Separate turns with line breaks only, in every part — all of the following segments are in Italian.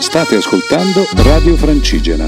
State ascoltando Radio Francigena.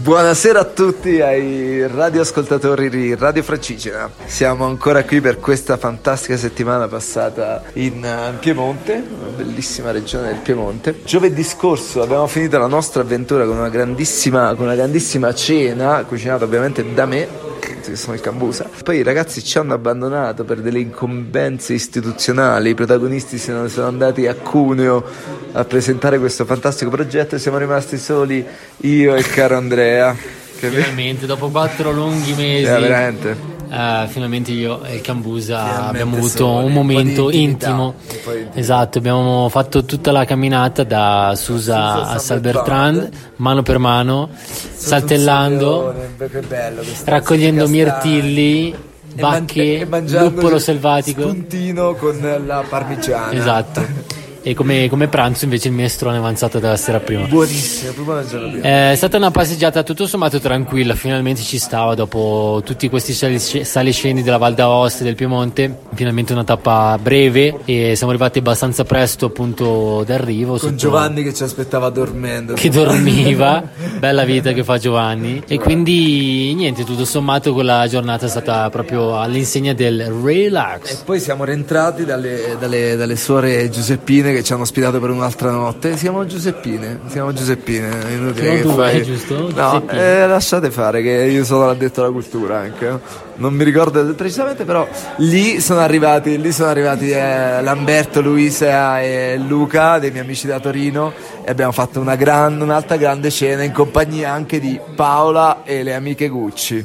Buonasera a tutti ai radioascoltatori di Radio Francigena. Siamo ancora qui per questa fantastica settimana passata in eh, Piemonte, una bellissima regione del Piemonte. Giovedì scorso abbiamo finito la nostra avventura con una grandissima, con una grandissima cena, cucinata ovviamente da me, che sono il Cambusa. Poi i ragazzi ci hanno abbandonato per delle incombenze istituzionali. I protagonisti sono, sono andati a Cuneo a presentare questo fantastico progetto e siamo rimasti soli io e il caro Andrea. Che vi-
Finalmente, dopo quattro lunghi mesi,
Eh, veramente.
eh, finalmente io e il Cambusa
Finalmente
abbiamo avuto
soli,
un
un po' di
momento
intimità,
intimo.
un po' di intimità.
Esatto, abbiamo fatto tutta la camminata da Susa
Susa a
a
San
San
Bertrand,
Bertrand, mano per mano, saltellando,
Che bello questa
raccogliendo
musica strana.
mirtilli,
E man-
bacche,
e mangiando
luppolo
il
selvatico.
spuntino con la parmigiana.
Esatto. E come, come pranzo invece il minestrone avanzato della sera prima.
Buonissimo, prima mangiano prima.
Eh, È stata una passeggiata tutto sommato tranquilla, finalmente ci stava dopo tutti questi sali- saliscendi della Val d'Aosta e del Piemonte, finalmente una tappa breve e siamo arrivati abbastanza presto appunto d'arrivo. sotto-
Con Giovanni che ci aspettava dormendo.
Che dormiva, bella vita che fa Giovanni. E quindi niente, tutto sommato quella giornata è stata proprio all'insegna del relax.
E poi siamo rientrati dalle, dalle- dalle suore Giuseppine che ci hanno ospitato per un'altra notte. Siamo Giuseppine, siamo Giuseppine. è Inutile
Siamo
che
due,
fai-
giusto?
No,
Giuseppine.
eh, lasciate fare che io sono l'addetto alla cultura anche. Non mi ricordo precisamente, però lì sono arrivati, lì sono arrivati eh, Lamberto, Luisa e Luca, dei miei amici da Torino, e abbiamo fatto una gran- un'altra grande cena in compagnia anche di Paola e le amiche Gucci.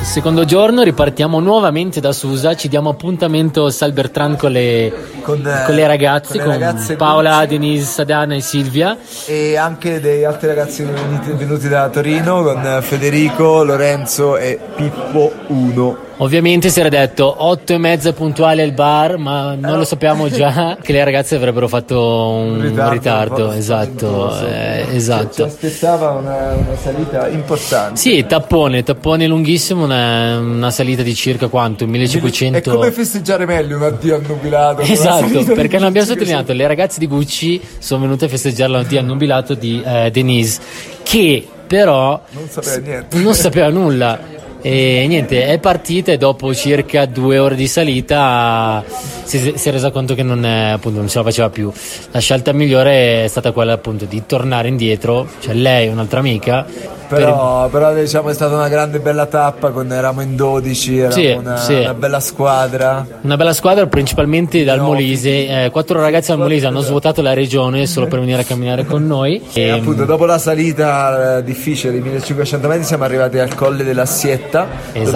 Secondo giorno ripartiamo nuovamente da Susa, ci diamo appuntamento a Sal Bertrand con le,
Con, eh,
con le ragazze,
con le
con,
ragazze
Paola,
Gucci.
Denise, Sadana e Silvia.
e anche dei altri ragazzi venuti, venuti da Torino con eh, Federico, Lorenzo e Pippo 1.
Ovviamente si era detto 8 e mezza puntuali al bar, ma non lo sappiamo già che le ragazze avrebbero fatto un ritardo. esatto, eh,
Ci
esatto.
aspettava una, una salita importante.
Sì, tappone, tappone lunghissimo, una, una salita di circa quanto?
È
1500
come festeggiare meglio un addio annubilato. con una
Esatto,
salita
perché non abbiamo
lunghissima.
sottolineato, le ragazze di Gucci sono venute a festeggiare la notte annubilato di eh, Denise, che però
Non sapeva
s-
niente.
non sapeva nulla. E niente, è partita e dopo circa due ore di salita si, si è resa conto che non, eh, appunto, non ce la faceva più. La scelta migliore è stata quella appunto di tornare indietro, cioè lei e un'altra amica. per-
Però, però, diciamo è stata una grande bella tappa, con, eravamo in 12, eravamo
Sì,
una,
sì.
una bella squadra.
Una bella squadra principalmente dal Molise, eh, quattro ragazzi dal Molise hanno svuotato la regione solo per venire a camminare con noi.
E
Ehm,
appunto dopo la salita eh, difficile di 1500 metri siamo arrivati al colle della Sietta dove,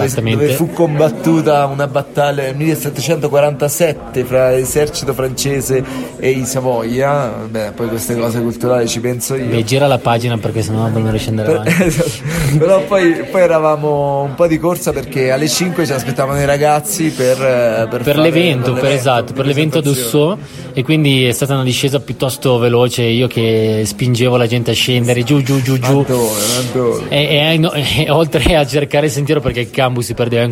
Esattamente.
dove fu combattuta una battaglia nel 1747 fra l'esercito francese e i Savoia. Beh, poi queste cose culturali ci penso io.
Beh, Ehm, gira la pagina perché sennò non riesci ad andare avanti.
Esatto. Però poi, poi eravamo un po' di corsa perché alle 5 ci aspettavano i ragazzi per, eh, per
Per
fare-
l'evento, per esatto, per l'evento ad
presentazione.
Ussò e quindi è stata una discesa piuttosto veloce, io che spingevo la gente a scendere giù, giù, giù, giù.
Madonna, madonna.
E, e- no, e oltre a cercare il sentiero perché il campus si perdeva in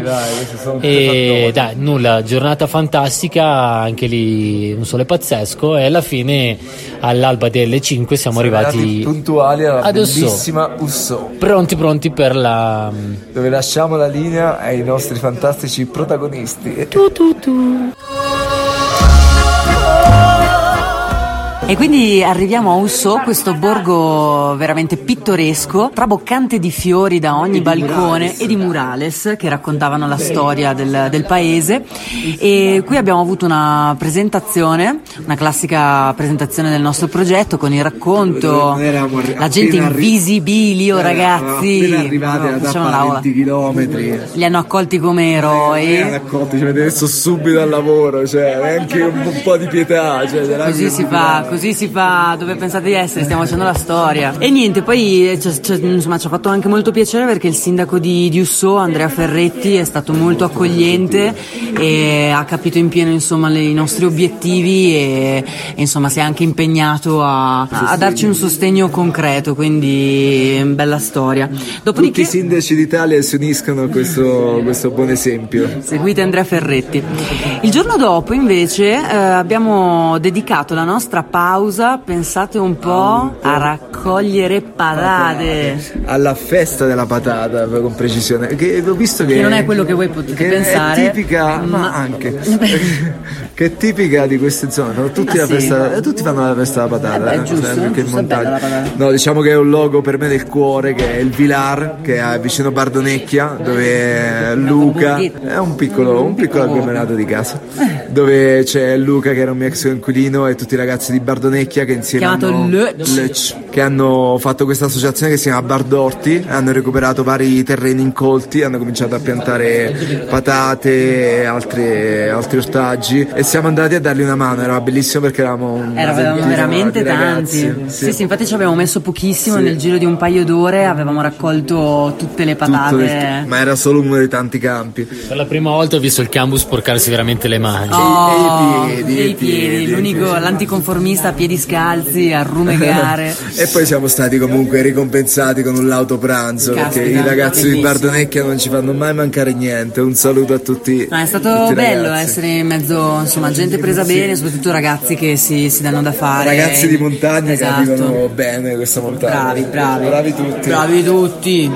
vai, vai, questi sono tutti
e
fattori.
dai, nulla, giornata fantastica, anche lì un sole pazzesco e alla fine all'alba delle 5 siamo arrivati
puntuali alla
ad Ussò.
bellissima Ussò.
pronti pronti per la
dove lasciamo la linea ai nostri fantastici protagonisti.
E quindi arriviamo a Usso, questo borgo veramente pittoresco, traboccante di fiori da ogni balcone e di murales che raccontavano la storia del, del paese. E qui abbiamo avuto una presentazione, una classica presentazione del nostro progetto con il racconto,
Noi eravamo arri-
la gente
appena
in
arri-
visibilio, ragazzi.
Appena arrivati alla
No, facciamo
tappa
l'aula.
a 20 km.
Li hanno accolti come
Eh,
eroi.
Racconti, ci avete messo subito al lavoro, cioè, anche un po' di pietà. Cioè,
Così si fa, così si fa dove pensate di essere, stiamo facendo la storia. E niente, poi eh, c'è- c'è- insomma, ci ha fatto anche molto piacere perché il sindaco di, di Usso, Andrea Ferretti, è stato molto accogliente e ha capito in pieno insomma, le- i nostri obiettivi e, e, insomma, si è anche impegnato a, a darci un sostegno concreto, quindi eh, bella storia.
Tutti i
Dopodiché
sindaci d'Italia si uniscono a questo, questo buon esempio.
Seguite Andrea Ferretti. Il giorno dopo invece eh, abbiamo dedicato la nostra pausa, pensate un po', a raccogliere parade.
Alla festa della patata, poi con precisione. Che ho visto che,
Che non è quello che voi potete
che
pensare,
È tipica, ma
ma-
anche. che è tipica di queste zone. no? Tutti,
Ma
la
sì.
festa- tutti fanno la festa della patata.
Eh beh,
no?
giusto,
Sai, perché in
giusto, è bella
montagna-
la patata.
No, diciamo che è un logo per me del cuore, che è il Vilar, che è vicino Bardonecchia, dove Luca.
borghetta.
È un piccolo, un piccolo agglomerato di casa.
Eh.
Dove c'è Luca, che era un mio ex coinquilino, e tutti i ragazzi di Bardonecchia che insieme
Chiamato
hanno.
Lech.
Lech, che hanno fatto questa associazione che si chiama Bardorti, hanno recuperato vari terreni incolti, hanno cominciato a piantare patate e altre- altri ortaggi e siamo andati a dargli una mano, era bellissimo perché eravamo un
Eravamo veramente tanti.
Sì,
Sì, sì, infatti ci abbiamo messo pochissimo,
Sì.
nel giro di un paio d'ore avevamo raccolto tutte le
Tutto
patate.
il- ma era solo uno dei tanti campi.
Per la prima volta ho visto il cambus sporcarsi veramente le mani.
Oh,
E i piedi,
e
e
i
i
piedi,
piedi,
l'unico,
sì, sì.
l'anticonformista a piedi scalzi, a rumegare.
E poi siamo stati comunque ricompensati con un lauto pranzo
Caspita,
perché i ragazzi di
bellissimo.
Bardonecchia non ci fanno mai mancare niente. Un saluto a tutti.
No, è stato
tutti i
bello
ragazzi.
essere in mezzo, insomma, gente presa bene, soprattutto ragazzi che si, si danno da fare.
Ragazzi di montagna
Esatto.
che arrivano bene questa montagna.
Bravi, bravi.
Bravi tutti.
Bravi tutti.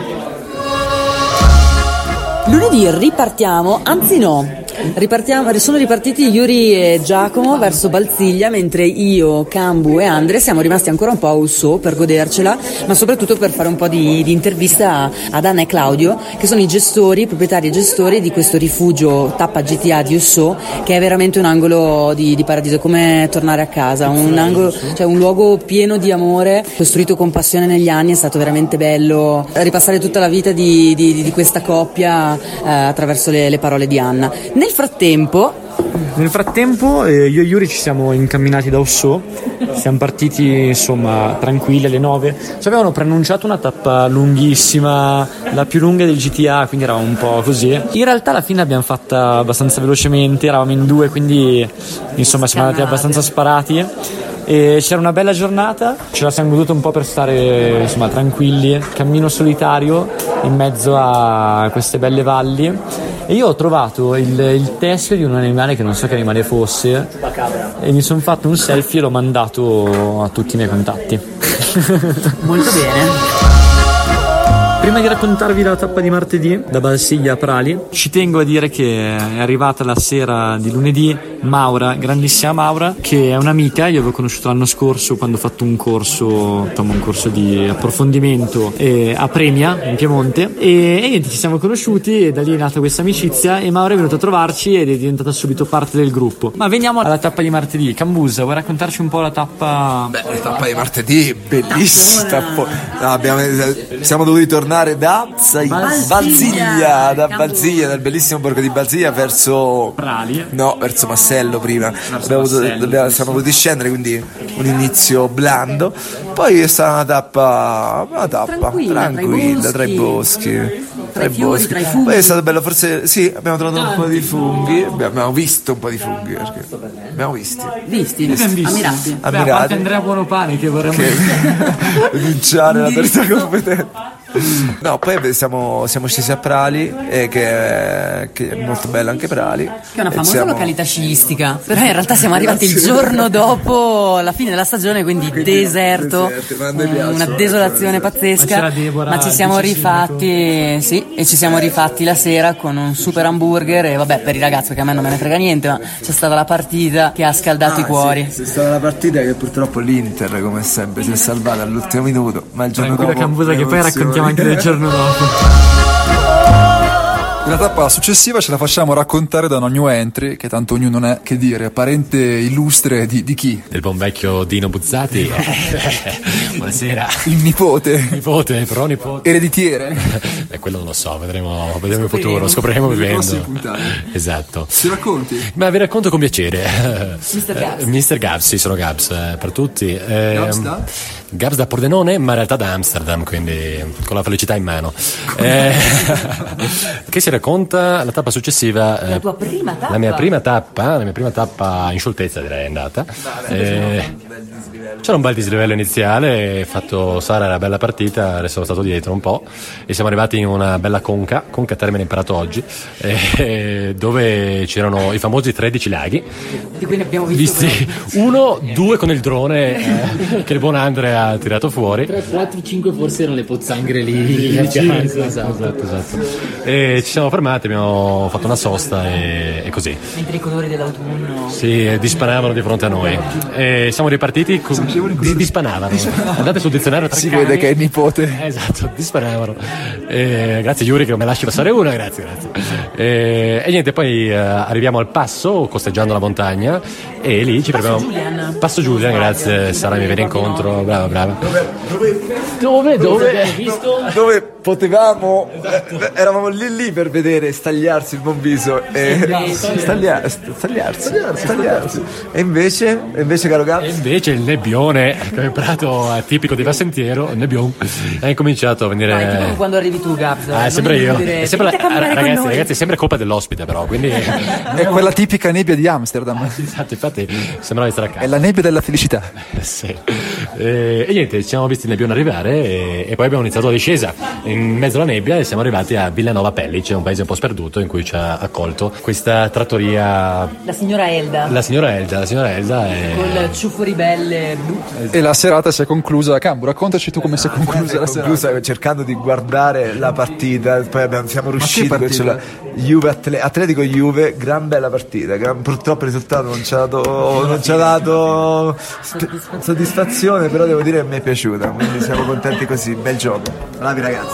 Lunedì ripartiamo, anzi no, ripartiamo, sono ripartiti Yuri e Giacomo verso Balziglia, mentre io, Cambu e Andre siamo rimasti ancora un po' a Usso per godercela, ma soprattutto per fare un po' di, di intervista ad Anna e Claudio, che sono i gestori, proprietari e gestori di questo rifugio Tappa GTA di Usso, che è veramente un angolo di, di paradiso, come tornare a casa, un, angolo, cioè un luogo pieno di amore, costruito con passione negli anni, è stato veramente bello ripassare tutta la vita di, di- di questa coppia eh, attraverso le, le parole di Anna. Nel frattempo...
Nel frattempo eh, io e Yuri ci siamo incamminati da Ossò, siamo partiti insomma tranquilli alle 9, ci avevano preannunciato una tappa lunghissima, la più lunga del GTA, quindi era un po' così. In realtà alla fine l'abbiamo fatta abbastanza velocemente, eravamo in due, quindi insomma siamo andati abbastanza sparati. eh. E c'era una bella giornata, ce la siamo goduta un po' per stare insomma tranquilli, eh. cammino solitario in mezzo a queste belle valli e io ho trovato il, il teschio di un animale che non so che animale fosse. eh. E mi sono fatto un selfie e l'ho mandato a tutti i miei contatti.
Molto bene.
Prima di raccontarvi la tappa di martedì da Balsiglia a Prali, ci tengo a dire che è arrivata la sera di lunedì Maura, grandissima Maura, che è un'amica, io avevo conosciuto l'anno scorso quando ho fatto un corso, insomma un corso di approfondimento eh, a Premia in Piemonte e, e niente, ci siamo conosciuti e da lì è nata questa amicizia e Maura è venuta a trovarci ed è diventata subito parte del gruppo. Ma veniamo alla tappa di martedì, Cambusa, vuoi raccontarci un po' la tappa?
Beh, la tappa di martedì, bellissima. tappo- No, abbiamo- eh, siamo dovuti tornare da Zai-
Balsiglia,
Balsiglia, da
Cambusa.
Balsiglia, dal bellissimo borgo di Balsiglia verso
Prali.
No, verso Massello prima. Abbiamo dovuto-
Massello,
dobbiamo- siamo potuti scendere, quindi un inizio blando. Poi è stata una tappa, una tappa
Tranquilla, tra i
tranquilla, tra i
boschi.
boschi.
Tra i fiori, tra i funghi.
Poi è stato bello, forse sì, abbiamo trovato un po' di funghi. Abbiamo- Abbiamo visto un po' di funghi perché abbiamo visti.
Visti, ammirati.
Beh, a parte
Ammirati.
Andrea Buonopane che vorremmo...
che rinunciare alla terza competenza. No, poi beh, siamo, siamo scesi a Prali, eh, che, che è molto bella anche Prali.
Che è una
E
famosa
siamo-
località sciistica, però in realtà siamo arrivati il giorno dopo la fine della stagione, quindi, deserto, Eh,
deserto, ma a noi piace,
una
eh,
guarda,
desolazione pazzesca,
Ma c'era Deborah,
ma ci siamo
vice
rifatti, sì, e ci siamo rifatti la sera con un super hamburger e vabbè per i ragazzi che a me non me ne frega niente, ma c'è stata la partita che ha
Ah,
scaldato i
sì,
cuori.
c'è stata la partita che purtroppo l'Inter, come sempre, si è salvata all'ultimo minuto. Ma il giorno
Tranquilla
dopo.
Cambusa che poi
l'emozione-
raccontiamo anche del giorno dopo.
La tappa successiva ce la facciamo raccontare da una new entry, che tanto ognuno non è che dire, parente illustre di, di chi?
Del buon vecchio Dino Buzzati.
Eh,
Buonasera.
Il nipote,
Nipote, però nipote.
ereditiere.
Eh, quello non lo so, vedremo, vedremo in futuro, scopriremo
Nelle
vivendo.
prossime puntate.
Esatto.
Ci racconti?
Ma vi racconto con piacere.
Mr. Gabs.
Eh, Mr. Gabs, sì, sono Gabs eh, per tutti. Eh,
Gabs da?
Gabs da Pordenone, ma in realtà da Amsterdam, quindi con la felicità in mano. Eh, che si racconta la tappa successiva. eh,
La tua prima tappa?
La mia prima tappa, la mia prima tappa in scioltezza direi è andata. Eh, c'era un bel dislivello iniziale, fatto Sara era bella partita, adesso sono stato dietro un po' e siamo arrivati in una bella conca, conca termine imparato oggi, eh, dove c'erano i famosi 13 laghi,
Di cui ne abbiamo visto.
visti uno, due con il drone eh, che il buon Andre ha tirato fuori.
4, 5 forse erano le pozzanghere lì. Esatto, esatto.
E Eh, ci siamo fermati, abbiamo fatto una sosta e- e così.
Mentre i colori dell'autunno.
Sì, eh, dispanavano di fronte a noi. E siamo ripartiti. Con... Di, dispanavano. Andate sul dizionario tra
Si
cani.
vede che è il nipote.
Eh, Esatto, dispanavano. Eh, grazie Yuri che non me lasci passare una, grazie, grazie. Eh, e niente, poi eh, arriviamo al passo, costeggiando la montagna, e lì ci troviamo.
Julian.
Passo Giulia, grazie, Sara mi viene incontro, brava, brava. Dove, dove?
Dove potevamo, eh, eravamo lì lì per vedere stagliarsi il buon viso e staglia- st- stagliarsi, stagliarsi. E invece, e invece caro
E
Gabs,
invece il nebbione, come il prato eh, tipico di Valsentiero, il nebbion, è incominciato a venire.
Dai, è tipo quando arrivi tu, Gabs.
Ah, è sempre io. È sempre la-
ragazzi,
ragazzi, ragazzi, è sempre colpa dell'ospite, però. Quindi, esatto,
È quella tipica nebbia di Amsterdam.
infatti, sembrava di stare a
È
casa.
la nebbia della felicità.
Sì. Eh, E niente, ci siamo visti il nebbione arrivare e, e poi abbiamo iniziato la discesa in mezzo alla nebbia e siamo arrivati a Villanova Pellice, un paese un po' sperduto in cui ci ha accolto questa trattoria.
La signora Elda.
La signora Elda, la signora Elda è.
Col ciuffo ribelle blu.
Esatto. E la serata si è conclusa. Cambu, raccontaci tu come si è conclusa
conclusa,
la serata.
conclusa cercando di guardare la partita, poi abbiamo- siamo riusciti
partita?
sulla Juve Atle- Atletico Juve, gran bella partita, gran- purtroppo il risultato non ci ha dato, non ci ha dato sp- soddisfazione, però devo dire che mi è piaciuta, quindi siamo contenti così, bel gioco. Bravi ragazzi.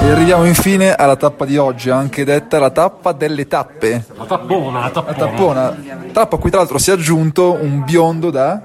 E arriviamo infine alla tappa di oggi, anche detta la tappa delle tappe.
La tappona, la tappona.
La tappona. Tappa a cui tra l'altro si è aggiunto un biondo da...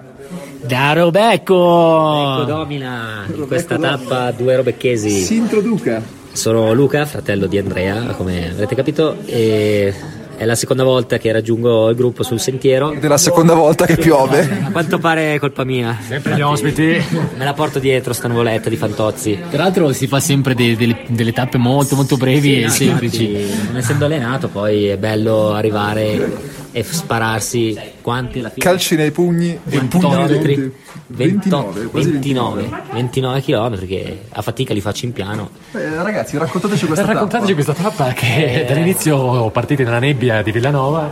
Da Robecco!
Domina in questa tappa due robecchesi.
Si introduca.
Sono Luca, fratello di Andrea, come avrete capito, e è la seconda volta che raggiungo il gruppo sul sentiero.
Della seconda volta che piove.
A quanto pare è colpa mia.
Sempre gli ospiti.
Me la porto dietro sta nuvoletta di Fantozzi.
Tra l'altro si fa sempre de- delle, delle tappe molto molto brevi e
Sì, no,
semplici.
infatti, Non essendo allenato, poi è bello arrivare e f- spararsi quanti alla fine.
Calci nei pugni e pugni nei
chilometri?
denti.
29,
29, quasi
29, 29 km che a fatica li faccio in piano.
Eh, ragazzi, raccontateci questa tappa.
Raccontateci questa tappa che dall'inizio partite nella nebbia di Villanova,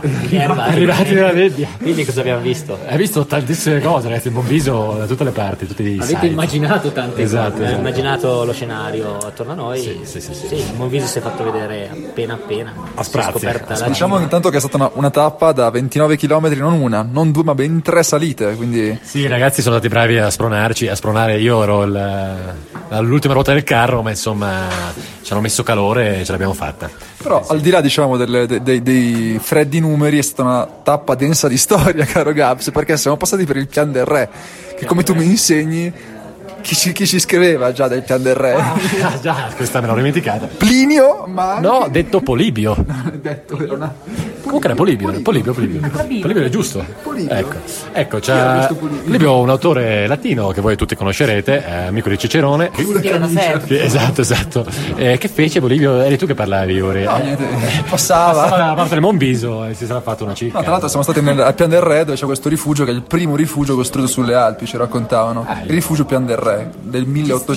arrivati nella nebbia.
Quindi cosa abbiamo visto?
Hai visto tantissime cose, ragazzi, il buon viso da tutte le parti, tutti i
Avete
sites.
immaginato tante
Esatto,
Abbiamo
esatto.
immaginato lo scenario attorno a noi.
Sì, sì, sì, sì.
il Monviso si è fatto vedere appena appena.
A
Si è
sprazzi.
scoperta la
Diciamo
cima.
intanto che è stata una, una tappa da 29 km, non una, non due, ma ben tre salite. Quindi
Sì, i ragazzi sono stati bravi a spronarci, a spronare. Io ero il- eh, all'ultima ruota del carro, ma insomma ci hanno messo calore e ce l'abbiamo fatta.
Però al di là diciamo delle- de- dei, dei freddi numeri è stata una tappa densa di storia, caro Gaps, perché siamo passati per il Pian del Re, che come tu mi insegni, chi ci, chi ci scriveva già del Pian del Re?
Ah, già, questa me l'ho dimenticata.
Plinio, ma...
No, detto Polibio.
Detto, era una-
Comunque era Polibio, Polibio, Polibio. Polibio è giusto. Ecco, ecco c'è Polibio, un autore latino che voi tutti conoscerete, eh, amico di Cicerone.
Spiega da sé.
Che- Esatto, esatto. Eh, che fece Polibio? Eri tu che parlavi, Iuri.
No,
Eh,
niente, passava.
Stava a parte del Monviso e si sarà fatto una circa.
No, tra l'altro siamo stati nel, al Pian del Re dove c'è questo rifugio che è il primo rifugio costruito sulle Alpi, ci raccontavano. Il rifugio Pian del Re del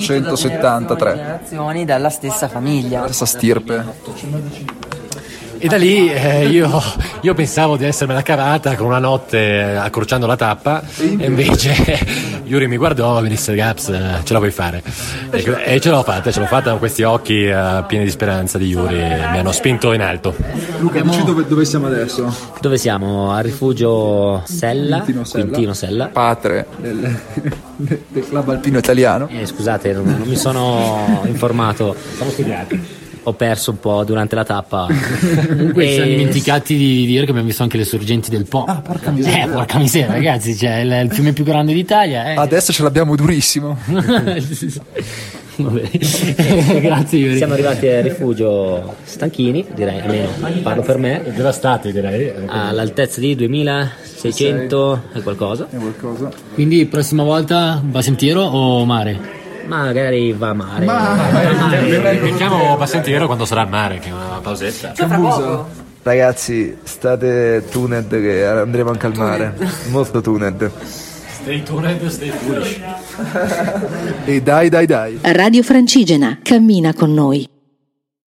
Gestito da
1873.
Generazioni dalla stessa famiglia.
La stessa stirpe.
E da lì eh, io, io pensavo di essermela cavata con una notte eh, accorciando la tappa e invece Yuri mi guardò e mi disse Gaps eh, ce la puoi fare e, ecco, e ce l'ho fatta, ce l'ho fatta con questi occhi eh, pieni di speranza di Yuri eh, mi hanno spinto in alto
Luca, dici dove, siamo adesso?
Dove siamo? Al rifugio Sella.
Quintino Sella.
Quintino Sella.
Padre del, del club alpino italiano.
Eh, scusate, non, non mi sono informato. Siamo studiati.
ho perso un po' durante la tappa.
Comunque ci siamo
E-
dimenticati di dire che abbiamo visto anche le sorgenti del Po. Ah, porca miseria. Eh, porca miseria, ragazzi, cioè, il, il fiume più grande d'Italia. Eh.
Adesso ce l'abbiamo durissimo.
Vabbè. Grazie, Yuri.
Siamo arrivati al rifugio stanchini, direi, almeno parlo per me,
Devastati direi.
Ah. all'altezza di 2600 e qualcosa.
Quindi, prossima volta basentiero o mare?
Magari va a mare.
Mettiamo Passentiero quando sarà al mare, che è una pausetta.
Ragazzi, state tuned che andremo anche al mare. Molto tuned.
Stay tuned, stay foolish.
E dai, dai, dai.
Radio Francigena, cammina con noi.